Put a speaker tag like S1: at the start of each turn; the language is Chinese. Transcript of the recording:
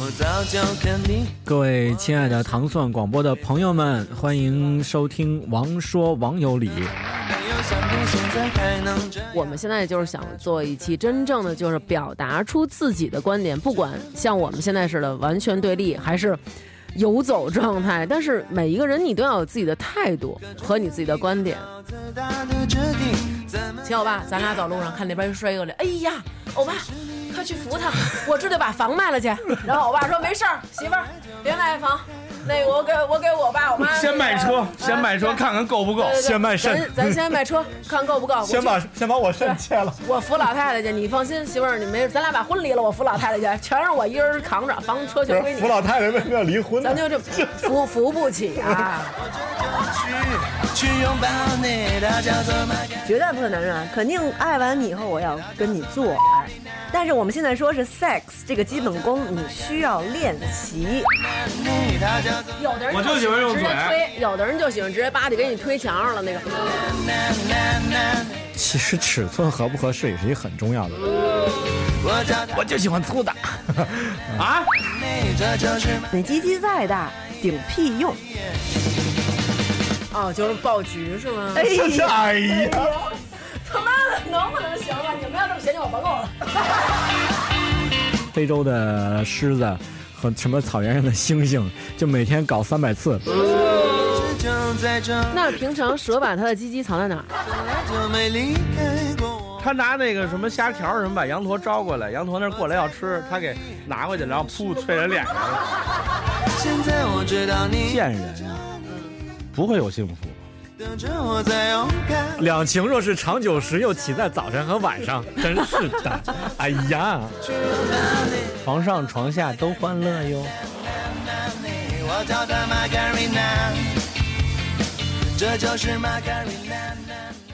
S1: 我早就看你。
S2: 各位亲爱的糖蒜广播的朋友们，欢迎收听《王说王有理》。
S1: 没有想过现在还能这样
S3: 我们现在就是想做一期真正的，就是表达出自己的观点，不管像我们现在似的完全对立，还是游走状态。但是每一个人，你都要有自己的态度和你自己的观点。
S1: 自大的决定，咱们
S3: 齐欧巴，咱俩走路上看那边摔过来，哎呀，欧巴，快去扶他，我这就把房卖了去。然后欧巴说没事儿，媳妇儿别卖房，那个我给我给我爸我妈
S4: 先卖车，
S3: 那个
S4: 先卖车，
S3: 啊
S4: 看看够不够。
S3: 对对对
S2: 先卖肾
S3: 咱 咱先卖车，看够不够。我去
S2: 先把我肾切了。
S3: 我扶老太太去，你放心，媳妇儿，你没事，咱俩把婚离了，我扶老太太去，全是我一人扛着，房车全归你。
S2: 太太为什么要离婚
S3: 咱就这扶扶不起啊！
S1: 我这就去去拥抱你，大家怎么改？
S5: 绝大部分男人啊，肯定爱完你以后，我要跟你做爱。但是我们现在说是 sex 这个基本功，你需要练习。
S1: 你大家怎么
S3: 有的人
S4: 我就喜欢用
S3: 直接
S4: 嘴
S3: 推，有的人就喜欢直接吧唧给你推墙上了那个。
S1: 那那那？
S2: 其实尺寸合不合适也是一个很重要的问题。
S1: 我找到
S2: 我就喜欢粗的。
S4: 啊，
S1: 你，这就是
S5: 你鸡鸡再大，顶屁用。
S3: 哦，就是爆菊是吗？
S5: 哎 呀，
S4: 哎呀，
S3: 他妈的，能不能行了？你们要这么嫌弃我，甭跟我了。
S2: 非洲的狮子和什么草原上的猩猩，就每天搞三百次。
S1: 就在这，
S3: 那平常蛇把它的鸡鸡藏在哪儿？
S1: 就没离开过我。
S4: 他拿那个什么虾条什么把羊驼招过来，羊驼那过来要吃，他给拿回去，然后噗啐人脸上了。
S1: 现在我知道你
S4: 贱人
S2: 啊
S4: 呀，不会有幸福。
S1: 等着我再勇敢。
S2: 两情若是长久时，又岂在早晨和晚上？真是的，哎呀，
S4: 床上床下都欢乐哟。
S1: 我叫她玛格丽娜，这就是玛格丽娜。